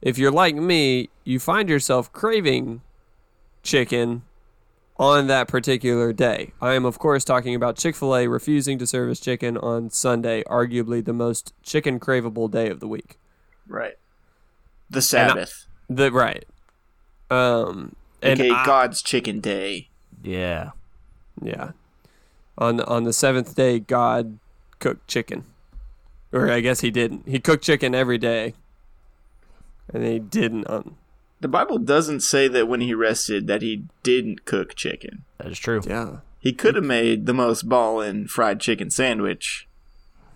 [SPEAKER 3] if you're like me, you find yourself craving chicken on that particular day. I am, of course, talking about Chick fil A refusing to service chicken on Sunday, arguably the most chicken craveable day of the week.
[SPEAKER 2] Right. The Sabbath,
[SPEAKER 3] The, right. Um, and
[SPEAKER 2] aka
[SPEAKER 3] I-
[SPEAKER 2] God's Chicken Day.
[SPEAKER 4] Yeah.
[SPEAKER 3] Yeah. On the, on the seventh day, God cooked chicken, or I guess he didn't. He cooked chicken every day, and he didn't um, on.
[SPEAKER 2] The Bible doesn't say that when he rested that he didn't cook chicken.
[SPEAKER 4] That is true.
[SPEAKER 3] Yeah.
[SPEAKER 2] He could have made the most ballin' fried chicken sandwich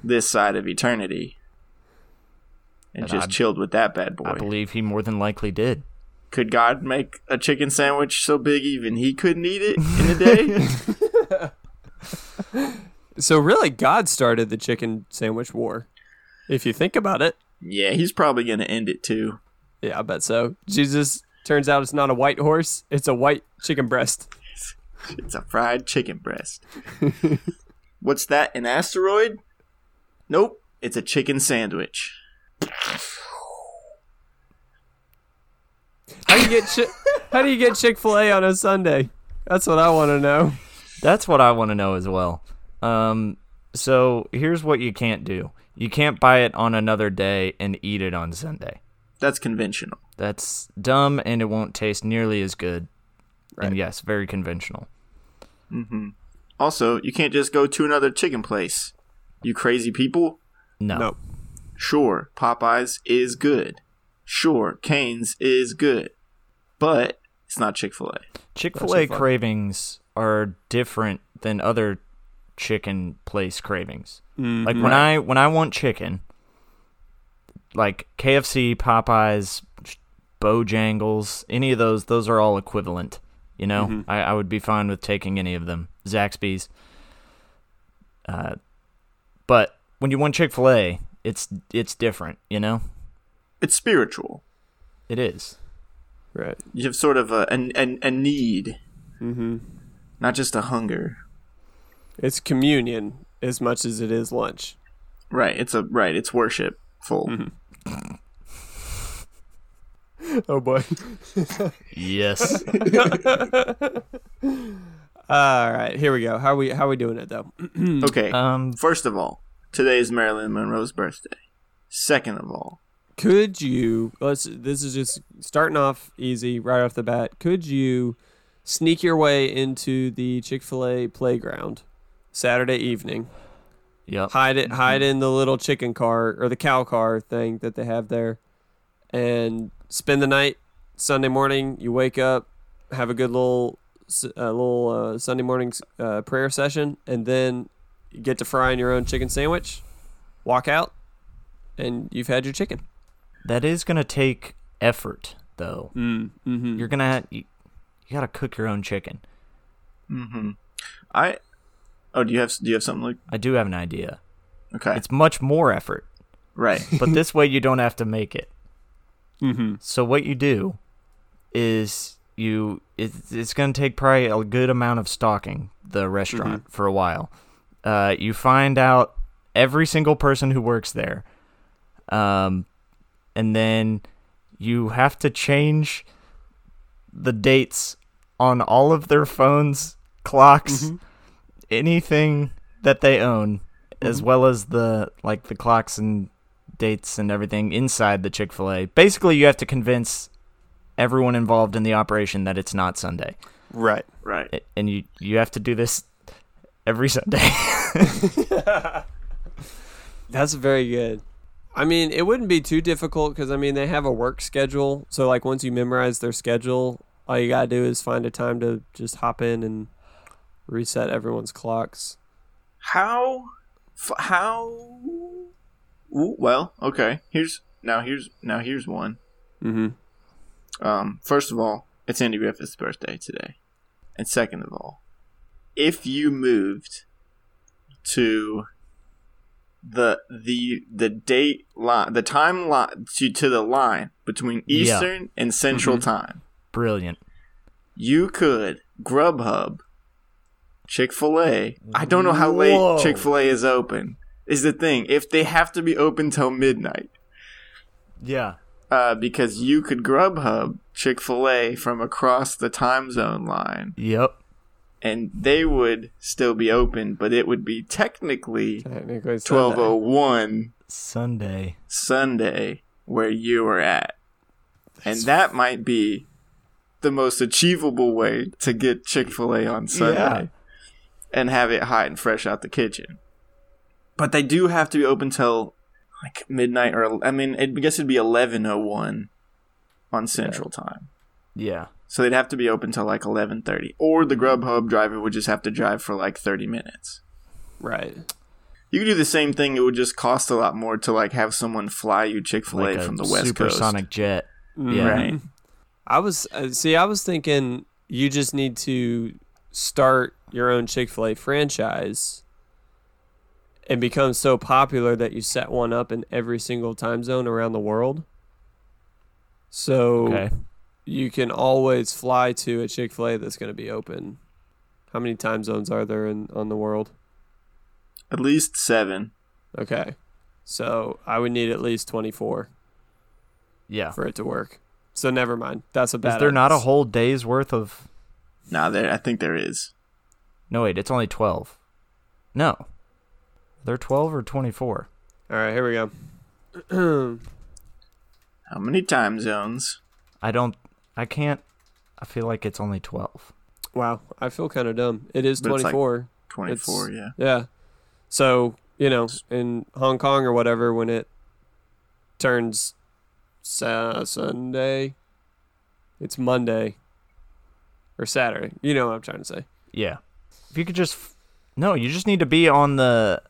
[SPEAKER 2] this side of eternity. And,
[SPEAKER 4] And
[SPEAKER 2] just
[SPEAKER 4] I-
[SPEAKER 2] chilled with that bad boy.
[SPEAKER 4] I believe he more than likely did.
[SPEAKER 2] could God make a chicken sandwich so big even he couldn't eat it in a day?
[SPEAKER 3] So really, God started the chicken sandwich war, if you think about it.
[SPEAKER 2] yeah, he's probably gonna end it too.
[SPEAKER 3] Yeah, I bet so. Jesus turns out it's not a white horse; it's a white chicken breast.
[SPEAKER 2] It's a fried chicken breast. What's that? An asteroid? Nope, it's a chicken sandwich.
[SPEAKER 3] How do you get chi- How do you get Chick Fil A on a Sunday? That's what I want to know.
[SPEAKER 4] That's what I want to know as well. Um, so here's what you can't do. You can't buy it on another day and eat it on Sunday.
[SPEAKER 2] That's conventional.
[SPEAKER 4] That's dumb and it won't taste nearly as good. And yes, very conventional.
[SPEAKER 2] Also, you can't just go to another chicken place. You crazy people?
[SPEAKER 4] No.
[SPEAKER 3] Nope.
[SPEAKER 2] Sure, Popeyes is good. Sure, Cane's is good. But it's not Chick fil A.
[SPEAKER 4] Chick-fil-A cravings are different than other chicken place cravings. Like when I when I want chicken, like KFC, Popeyes, Bojangles, any of those, those are all equivalent You know,
[SPEAKER 3] Mhm.
[SPEAKER 4] I, I would be fine with taking any of them. Zaxby's. Uh, but when you want Chick Fil A, it's it's different. You know,
[SPEAKER 2] It's spiritual.
[SPEAKER 4] it is.
[SPEAKER 3] Right.
[SPEAKER 2] You have sort of a an, an, a need,
[SPEAKER 3] hmm
[SPEAKER 2] not just a hunger.
[SPEAKER 3] It's communion as much as it is lunch.
[SPEAKER 2] Right. It's a right. It's worshipful.
[SPEAKER 3] Oh boy.
[SPEAKER 4] Yes.
[SPEAKER 3] All right, here we go. How are we how are we doing it though?
[SPEAKER 2] Okay.
[SPEAKER 4] um.
[SPEAKER 2] First of all, today is Marilyn Monroe's birthday. Second of all,
[SPEAKER 3] Could you let's this is just starting off easy right off the bat. Could you sneak your way into the Chick-fil-A playground Saturday evening?
[SPEAKER 4] Yep.
[SPEAKER 3] Hide it hide in the little chicken car or the cow car thing that they have there and spend the night Sunday morning, you wake up, have a good little s- uh, little uh, Sunday morning uh, prayer session and then you get to frying your own chicken sandwich, walk out and you've had your chicken.
[SPEAKER 4] That is gonna take effort, though.
[SPEAKER 3] Mm-hmm.
[SPEAKER 4] You're gonna you, you gotta cook your own chicken.
[SPEAKER 2] I. Oh, do you have do you have something like?
[SPEAKER 4] I do have an idea.
[SPEAKER 2] Okay.
[SPEAKER 4] It's much more effort,
[SPEAKER 2] right.
[SPEAKER 4] but this way you don't have to make it. So what you do is you it, it's going to take probably a good amount of stalking the restaurant for a while. Uh, you find out every single person who works there, um, and then you have to change the dates on all of their phones, clocks, anything that they own, as well as the like the clocks and dates and everything inside the Chick fil A. Basically, you have to convince everyone involved in the operation that it's not Sunday.
[SPEAKER 3] Right.
[SPEAKER 2] Right.
[SPEAKER 4] A- And you, you have to do this every Sunday.
[SPEAKER 3] That's very good. I mean, it wouldn't be too difficult because I mean they have a work schedule. So like once you memorize their schedule, all you gotta do is find a time to just hop in and reset everyone's clocks.
[SPEAKER 2] how f- how Ooh, well okay here's now here's now here's one
[SPEAKER 3] Mm-hmm.
[SPEAKER 2] um first of all it's andy griffith's birthday today and second of all if you moved to the the the date line the time line to, to the line between
[SPEAKER 4] Yeah. Mm-hmm.
[SPEAKER 2] eastern and central time
[SPEAKER 4] Brilliant.
[SPEAKER 2] you could Grubhub, Chick fil A. I don't know how
[SPEAKER 4] Whoa.
[SPEAKER 2] late Chick fil A is open, is the thing. If they have to be open till midnight,
[SPEAKER 4] Yeah.
[SPEAKER 2] uh, because you could Grubhub Chick fil A from across the time zone line,
[SPEAKER 4] Yep.
[SPEAKER 2] and they would still be open, but it would be technically
[SPEAKER 3] Technically, it's Sunday.
[SPEAKER 2] oh. 1201
[SPEAKER 4] Sunday.
[SPEAKER 2] Sunday where you were at. And that might be the most achievable way to get Chick fil A on Sunday.
[SPEAKER 4] Yeah.
[SPEAKER 2] and have it hot and fresh out the kitchen. But they do have to be open till like midnight or I mean, I guess it'd be eleven oh one on Central Time.
[SPEAKER 4] Yeah.
[SPEAKER 2] So they'd have to be open till like eleven thirty, or the Grubhub driver would just have to drive for like thirty minutes.
[SPEAKER 3] right?
[SPEAKER 2] You could do the same thing. It would just cost a lot more to like have someone fly you Chick Fil A
[SPEAKER 4] Like a
[SPEAKER 2] from the West
[SPEAKER 4] supersonic jet.
[SPEAKER 3] Mhm.
[SPEAKER 4] Yeah.
[SPEAKER 2] Right.
[SPEAKER 3] I was uh, see, I was thinking you just need to start your own Chick Fil A franchise and become so popular that you set one up in every single time zone around the world. So
[SPEAKER 4] Okay.
[SPEAKER 3] you can always fly to a Chick Fil A that's going to be open. How many time zones are there in on the world?
[SPEAKER 2] Coast. At least seven.
[SPEAKER 3] Okay, so I would need at least twenty four
[SPEAKER 4] Yeah.
[SPEAKER 3] for it to work. So never mind. That's a bad.
[SPEAKER 4] Is there not a
[SPEAKER 3] idea.
[SPEAKER 4] whole day's worth of.
[SPEAKER 2] Nah, there. I think there is.
[SPEAKER 4] No, wait, it's only 12. No. They're 12 or 24.
[SPEAKER 3] All right, here we go.
[SPEAKER 2] How many time zones?
[SPEAKER 4] I don't. I can't. I feel like it's only 12.
[SPEAKER 3] wow, I feel kind of dumb. It is
[SPEAKER 2] But it's like
[SPEAKER 3] 24.
[SPEAKER 2] Twenty four.
[SPEAKER 3] It's-
[SPEAKER 2] Yeah.
[SPEAKER 3] Yeah. So, you know, in Hong Kong or whatever, when it turns sa- Sunday, it's Monday or Saturday. You know what I'm trying to say.
[SPEAKER 4] Yeah. If you could just f- No, you just need to be on the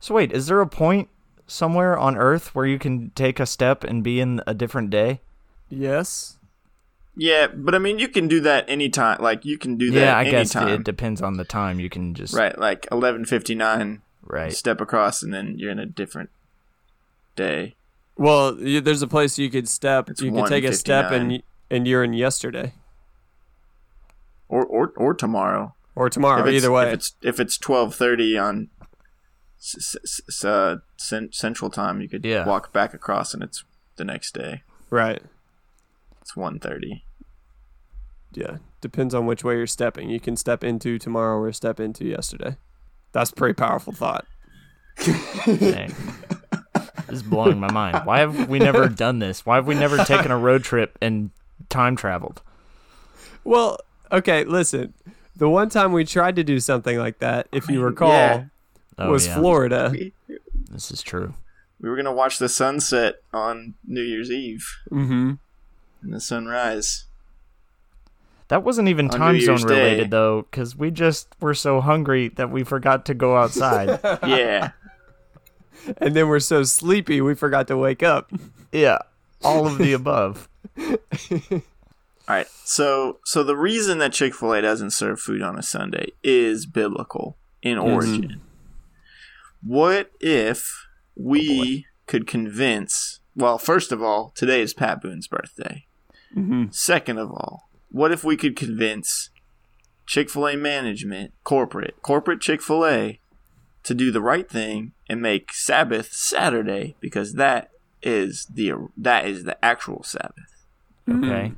[SPEAKER 4] So wait, is there a point somewhere on earth where you can take a step and be in a different day?
[SPEAKER 3] Yes.
[SPEAKER 2] Yeah, but I mean, you can do that anytime. Like you can do that
[SPEAKER 4] yeah, I guess
[SPEAKER 2] anytime.
[SPEAKER 4] it depends on the time. You can just
[SPEAKER 2] right, like eleven fifty nine.
[SPEAKER 4] right.
[SPEAKER 2] Step across, and then you're in a different day.
[SPEAKER 3] Well, y there's a place you could step.
[SPEAKER 2] It's
[SPEAKER 3] you could take a step, and
[SPEAKER 2] 1:59.
[SPEAKER 3] y- and you're in yesterday
[SPEAKER 2] Or or or tomorrow.
[SPEAKER 3] or tomorrow.
[SPEAKER 2] it's,
[SPEAKER 3] Either way,
[SPEAKER 2] if it's if it's twelve thirty on s- s- s- uh, cen- central time, you could
[SPEAKER 4] Yeah.
[SPEAKER 2] walk back across, and it's the next day.
[SPEAKER 3] right?
[SPEAKER 2] It's one thirty.
[SPEAKER 3] Yeah, depends on which way you're stepping. You can step into tomorrow or step into yesterday. That's a pretty powerful thought.
[SPEAKER 4] Dang. This is blowing my mind. Why have we never done this? Why have we never taken a road trip and time traveled?
[SPEAKER 3] Well, okay, listen. The one time we tried to do something like that, if you recall,
[SPEAKER 2] Yeah.
[SPEAKER 4] Oh,
[SPEAKER 3] was
[SPEAKER 4] yeah,
[SPEAKER 3] Florida.
[SPEAKER 4] This is true.
[SPEAKER 2] We were gonna watch the sunset on New Year's Eve
[SPEAKER 3] Mm-hmm.
[SPEAKER 2] and the sunrise.
[SPEAKER 4] That wasn't even
[SPEAKER 2] On New
[SPEAKER 4] time zone
[SPEAKER 2] Year's Day.
[SPEAKER 4] related though, because we just were so hungry that we forgot to go outside.
[SPEAKER 2] Yeah,
[SPEAKER 3] And then we're so sleepy we forgot to wake up.
[SPEAKER 4] yeah, all of the above.
[SPEAKER 2] All right. So so the reason that Chick-fil-A doesn't serve food on a Sunday is biblical in origin. What if
[SPEAKER 3] Oh,
[SPEAKER 2] we could convince well, first of all, today is Pat Boone's birthday.
[SPEAKER 3] Mm-hmm.
[SPEAKER 2] Second of all, what if we could convince Chick-fil-A management, corporate, corporate Chick-fil-A to do the right thing and make Sabbath Saturday because that is the that is the actual Sabbath
[SPEAKER 4] Okay.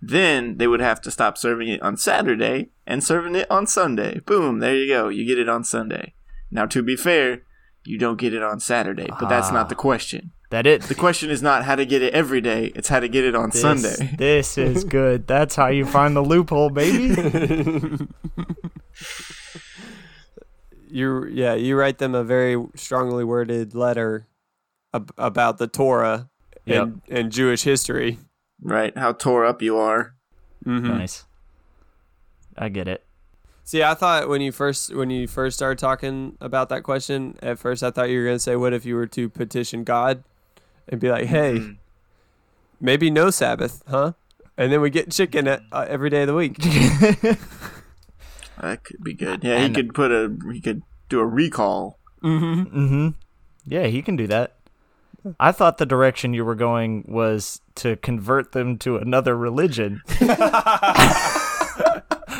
[SPEAKER 2] then they would have to stop serving it on Saturday and serving it on Sunday. Boom, there you go. You get it on Sunday. Now, to be fair, you don't get it on Saturday, but that's not the question.
[SPEAKER 4] That it.
[SPEAKER 2] The question is not how to get it every day, it's how to get it on
[SPEAKER 4] This-
[SPEAKER 2] Sunday.
[SPEAKER 4] This is good. That's how you find the loophole, baby.
[SPEAKER 3] You yeah, you write them a very strongly worded letter ab- about the Torah and, and Jewish history.
[SPEAKER 2] Right? How tore up you are. Mm-hmm.
[SPEAKER 4] Nice. I get it.
[SPEAKER 3] See, I thought when you first when you first started talking about that question, at first I thought you were gonna say, "What if you were to petition God and be like, hey, maybe no Sabbath, huh?" And then we get chicken at, uh, every day of the week.
[SPEAKER 2] That could be good. Yeah, he could put a, he could do a recall.
[SPEAKER 4] Yeah, he can do that. I thought the direction you were going was to convert them to another religion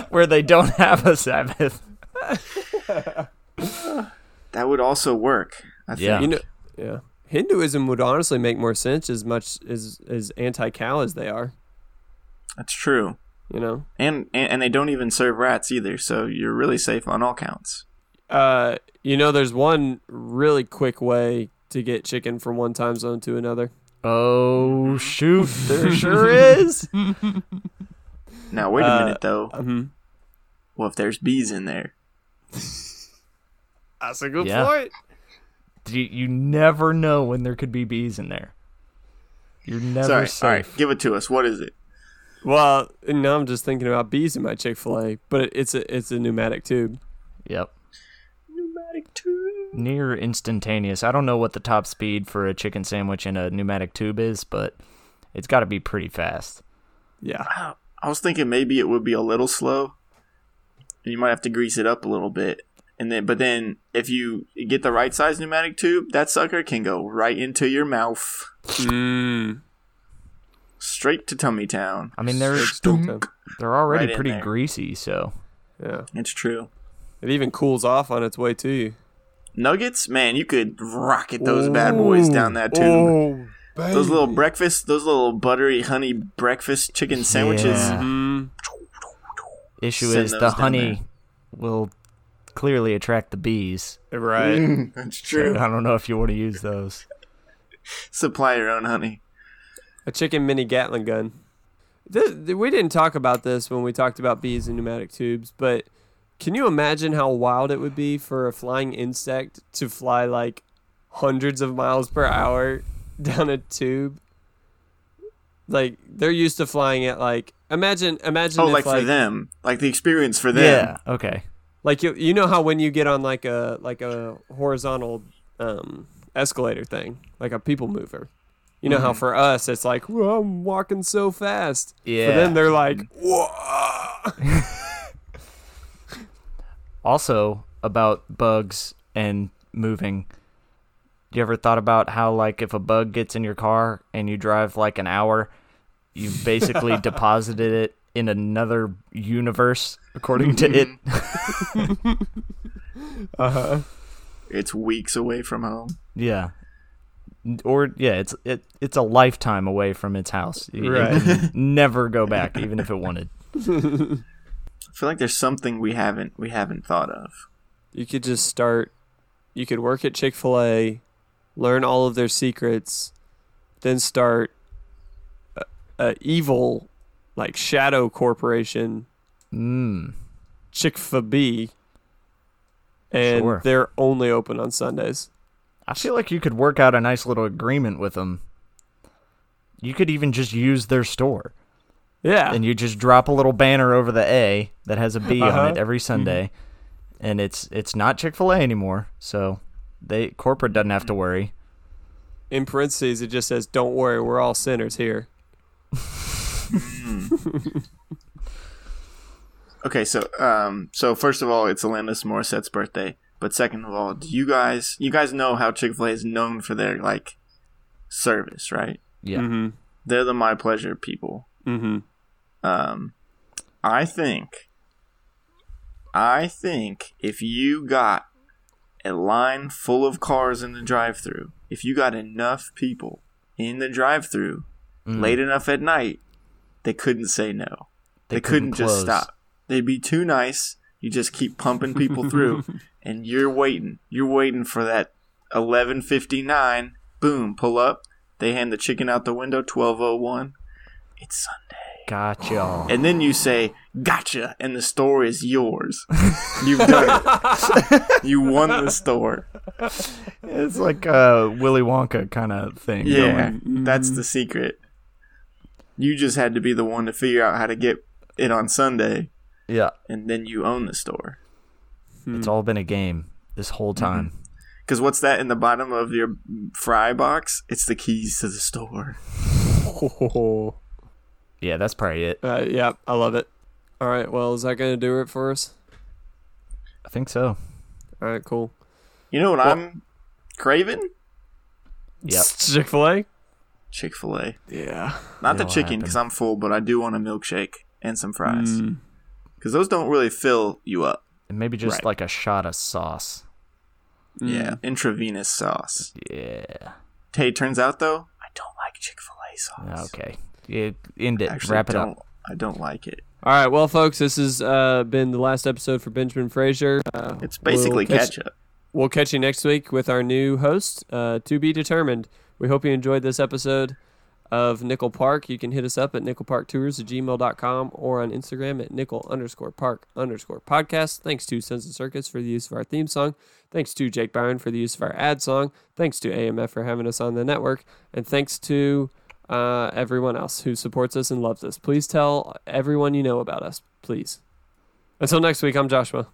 [SPEAKER 4] where they don't have a Sabbath.
[SPEAKER 2] That would also work. I think.
[SPEAKER 4] Yeah.
[SPEAKER 3] you know, yeah. Hinduism would honestly make more sense as much as as anti-cow as they are.
[SPEAKER 2] That's true.
[SPEAKER 3] You know,
[SPEAKER 2] And, and and they don't even serve rats either, so you're really safe on all counts.
[SPEAKER 3] uh, you know, there's one really quick way to get chicken from one time zone to another.
[SPEAKER 4] Oh, shoot. There sure is.
[SPEAKER 2] Now wait a
[SPEAKER 3] Uh,
[SPEAKER 2] minute though.
[SPEAKER 3] mhm.
[SPEAKER 2] Well, if there's bees in there,
[SPEAKER 3] That's a good
[SPEAKER 4] Yeah. point. You, you never know when there could be bees in there. You're never
[SPEAKER 2] Sorry,
[SPEAKER 4] safe.
[SPEAKER 2] all right, give it to us. What is it?
[SPEAKER 3] Well, now I'm just thinking about bees in my Chick Fil A, but it's a it's a pneumatic tube.
[SPEAKER 4] Yep.
[SPEAKER 2] Pneumatic tube.
[SPEAKER 4] Near instantaneous. I don't know what the top speed for a chicken sandwich in a pneumatic tube is, but it's got to be pretty fast.
[SPEAKER 3] Yeah,
[SPEAKER 2] I was thinking maybe it would be a little slow, and you might have to grease it up a little bit, and then but then if you get the right size pneumatic tube, that sucker can go right into your mouth, Mm. straight to tummy town.
[SPEAKER 4] I mean, they're,
[SPEAKER 3] Dunk.
[SPEAKER 4] they're already
[SPEAKER 2] Right in
[SPEAKER 4] pretty
[SPEAKER 2] there.
[SPEAKER 4] greasy, so.
[SPEAKER 3] yeah.
[SPEAKER 2] It's true.
[SPEAKER 3] It even cools off on its way to you.
[SPEAKER 2] Nuggets, man, you could rocket those bad boys down that tube. Those little breakfast, those little buttery honey breakfast chicken sandwiches. Mm-hmm.
[SPEAKER 4] Yeah.
[SPEAKER 3] Mm.
[SPEAKER 4] Issue
[SPEAKER 2] Send
[SPEAKER 4] is
[SPEAKER 2] those
[SPEAKER 4] the
[SPEAKER 2] down
[SPEAKER 4] honey will clearly attract the bees.
[SPEAKER 3] Right.
[SPEAKER 2] That's
[SPEAKER 4] So
[SPEAKER 2] true.
[SPEAKER 4] I don't know if you want to use those.
[SPEAKER 2] Supply your own honey.
[SPEAKER 3] a chicken mini Gatling gun. Th th we didn't talk about this when we talked about bees and pneumatic tubes, but can you imagine how wild it would be for a flying insect to fly like hundreds of miles per hour down a tube? Like they're used to flying at like imagine imagine
[SPEAKER 2] Oh,
[SPEAKER 3] if,
[SPEAKER 2] like,
[SPEAKER 3] like
[SPEAKER 2] for them, like the experience for them.
[SPEAKER 4] Yeah. Okay.
[SPEAKER 3] like you you know how when you get on like a like a horizontal um escalator thing like a people mover You know how for us it's like, "Whoa, I'm walking so fast.
[SPEAKER 4] Yeah.
[SPEAKER 3] For them they're like, whoa.
[SPEAKER 4] also about bugs and moving you ever thought about how like if a bug gets in your car and you drive like an hour you've basically deposited it in another universe according to it
[SPEAKER 2] It's weeks away from home.
[SPEAKER 4] yeah or yeah it's it, it's a lifetime away from its house You- you
[SPEAKER 3] Right.
[SPEAKER 4] can never go back even if it wanted
[SPEAKER 2] I feel like there's something we haven't we haven't thought of.
[SPEAKER 3] You could just start. You could work at Chick Fil A, learn all of their secrets, then start a, a evil, like shadow corporation,
[SPEAKER 4] mm.
[SPEAKER 3] Chick Fil B, and
[SPEAKER 4] Sure.
[SPEAKER 3] they're only open on Sundays.
[SPEAKER 4] I feel like you could work out a nice little agreement with them. You could even just use their store.
[SPEAKER 3] Yeah,
[SPEAKER 4] and you just drop a little banner over the A that has a B on
[SPEAKER 3] Uh-huh.
[SPEAKER 4] it
[SPEAKER 2] Mm-hmm.
[SPEAKER 4] every Sunday, and it's it's not Chick Fil A anymore, so they corporate doesn't have to worry.
[SPEAKER 3] in parentheses it just says, "Don't worry, we're all sinners here."
[SPEAKER 2] Okay, so um, so first of all, it's Alanis Morissette's birthday. But second of all, do you guys you guys know how Chick Fil A is known for their like service, right?
[SPEAKER 4] Yeah,
[SPEAKER 3] Mm-hmm.
[SPEAKER 2] They're the my pleasure people.
[SPEAKER 3] Mm-hmm.
[SPEAKER 2] Um, I think, I think if you got a line full of cars in the drive-through, if you got enough people in the drive-through late enough at night, they couldn't say no. They, couldn't, just
[SPEAKER 4] close.
[SPEAKER 2] stop. They'd be too nice. You just keep pumping people through, and you're waiting. You're waiting for that eleven fifty nine. Boom, pull up. They hand the chicken out the window. Twelve oh one. It's Sunday
[SPEAKER 4] Gotcha.
[SPEAKER 2] and then you say gotcha and the store is yours you've done it you won the store
[SPEAKER 4] it's like a Willy Wonka kind of thing.
[SPEAKER 2] yeah
[SPEAKER 4] going.
[SPEAKER 2] that's
[SPEAKER 4] Mm-hmm.
[SPEAKER 2] the secret you just had to be the one to figure out how to get it on sunday
[SPEAKER 4] yeah.
[SPEAKER 2] and then you own the store
[SPEAKER 4] It's
[SPEAKER 2] Mm-hmm.
[SPEAKER 4] all been a game this whole time.
[SPEAKER 2] because what's that in the bottom of your fry box it's the keys to the store
[SPEAKER 4] Yeah, that's probably it.
[SPEAKER 3] Uh, yeah, I love it. All right, well, is that gonna do it for us?
[SPEAKER 4] I think so.
[SPEAKER 3] All right, cool.
[SPEAKER 2] you know what i'm craving
[SPEAKER 4] Yep.
[SPEAKER 3] Chick Fil A.
[SPEAKER 2] chick-fil-a
[SPEAKER 3] Yeah.
[SPEAKER 2] not the
[SPEAKER 4] It'll
[SPEAKER 2] chicken
[SPEAKER 4] happen. Mm.
[SPEAKER 2] because i'm full but i do want a milkshake and some fries because those don't really fill you up
[SPEAKER 4] And maybe just like a shot of sauce.
[SPEAKER 2] yeah intravenous sauce
[SPEAKER 4] Mm. Yeah.
[SPEAKER 2] Hey, turns out though, I don't like Chick Fil A sauce.
[SPEAKER 4] Okay. Yeah, end it.
[SPEAKER 2] I actually
[SPEAKER 4] Wrap it
[SPEAKER 2] don't,
[SPEAKER 4] up.
[SPEAKER 2] I don't like it.
[SPEAKER 3] All right, well, folks, this has uh, been the last episode for Benjamin Fraser. Uh,
[SPEAKER 2] It's basically
[SPEAKER 3] we'll catch-
[SPEAKER 2] ketchup.
[SPEAKER 3] We'll catch you next week with our new host, uh, To Be Determined. We hope you enjoyed this episode of Nickel Park. You can hit us up at nickelparktours at gmail.com or on Instagram at nickel underscore park underscore podcast. Thanks to Sons of Circus for the use of our theme song. Thanks to Jake Byron for the use of our ad song. Thanks to AMF for having us on the network. And thanks to uh, everyone else who supports us and loves us. Please tell everyone you know about us, please. Until next week, I'm Joshua.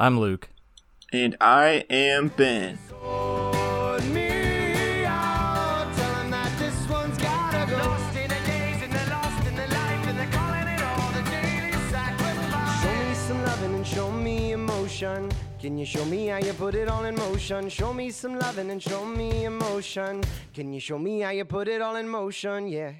[SPEAKER 4] I'm Luke.
[SPEAKER 2] And I am Ben.
[SPEAKER 6] Lost in the days and the lost in the life and they're calling it all the daily sacrifice.
[SPEAKER 1] Show me some loving and show me emotion. Can you show me how you put it all in motion? Show me some loving and show me emotion. Can you show me how you put it all in motion? Yeah.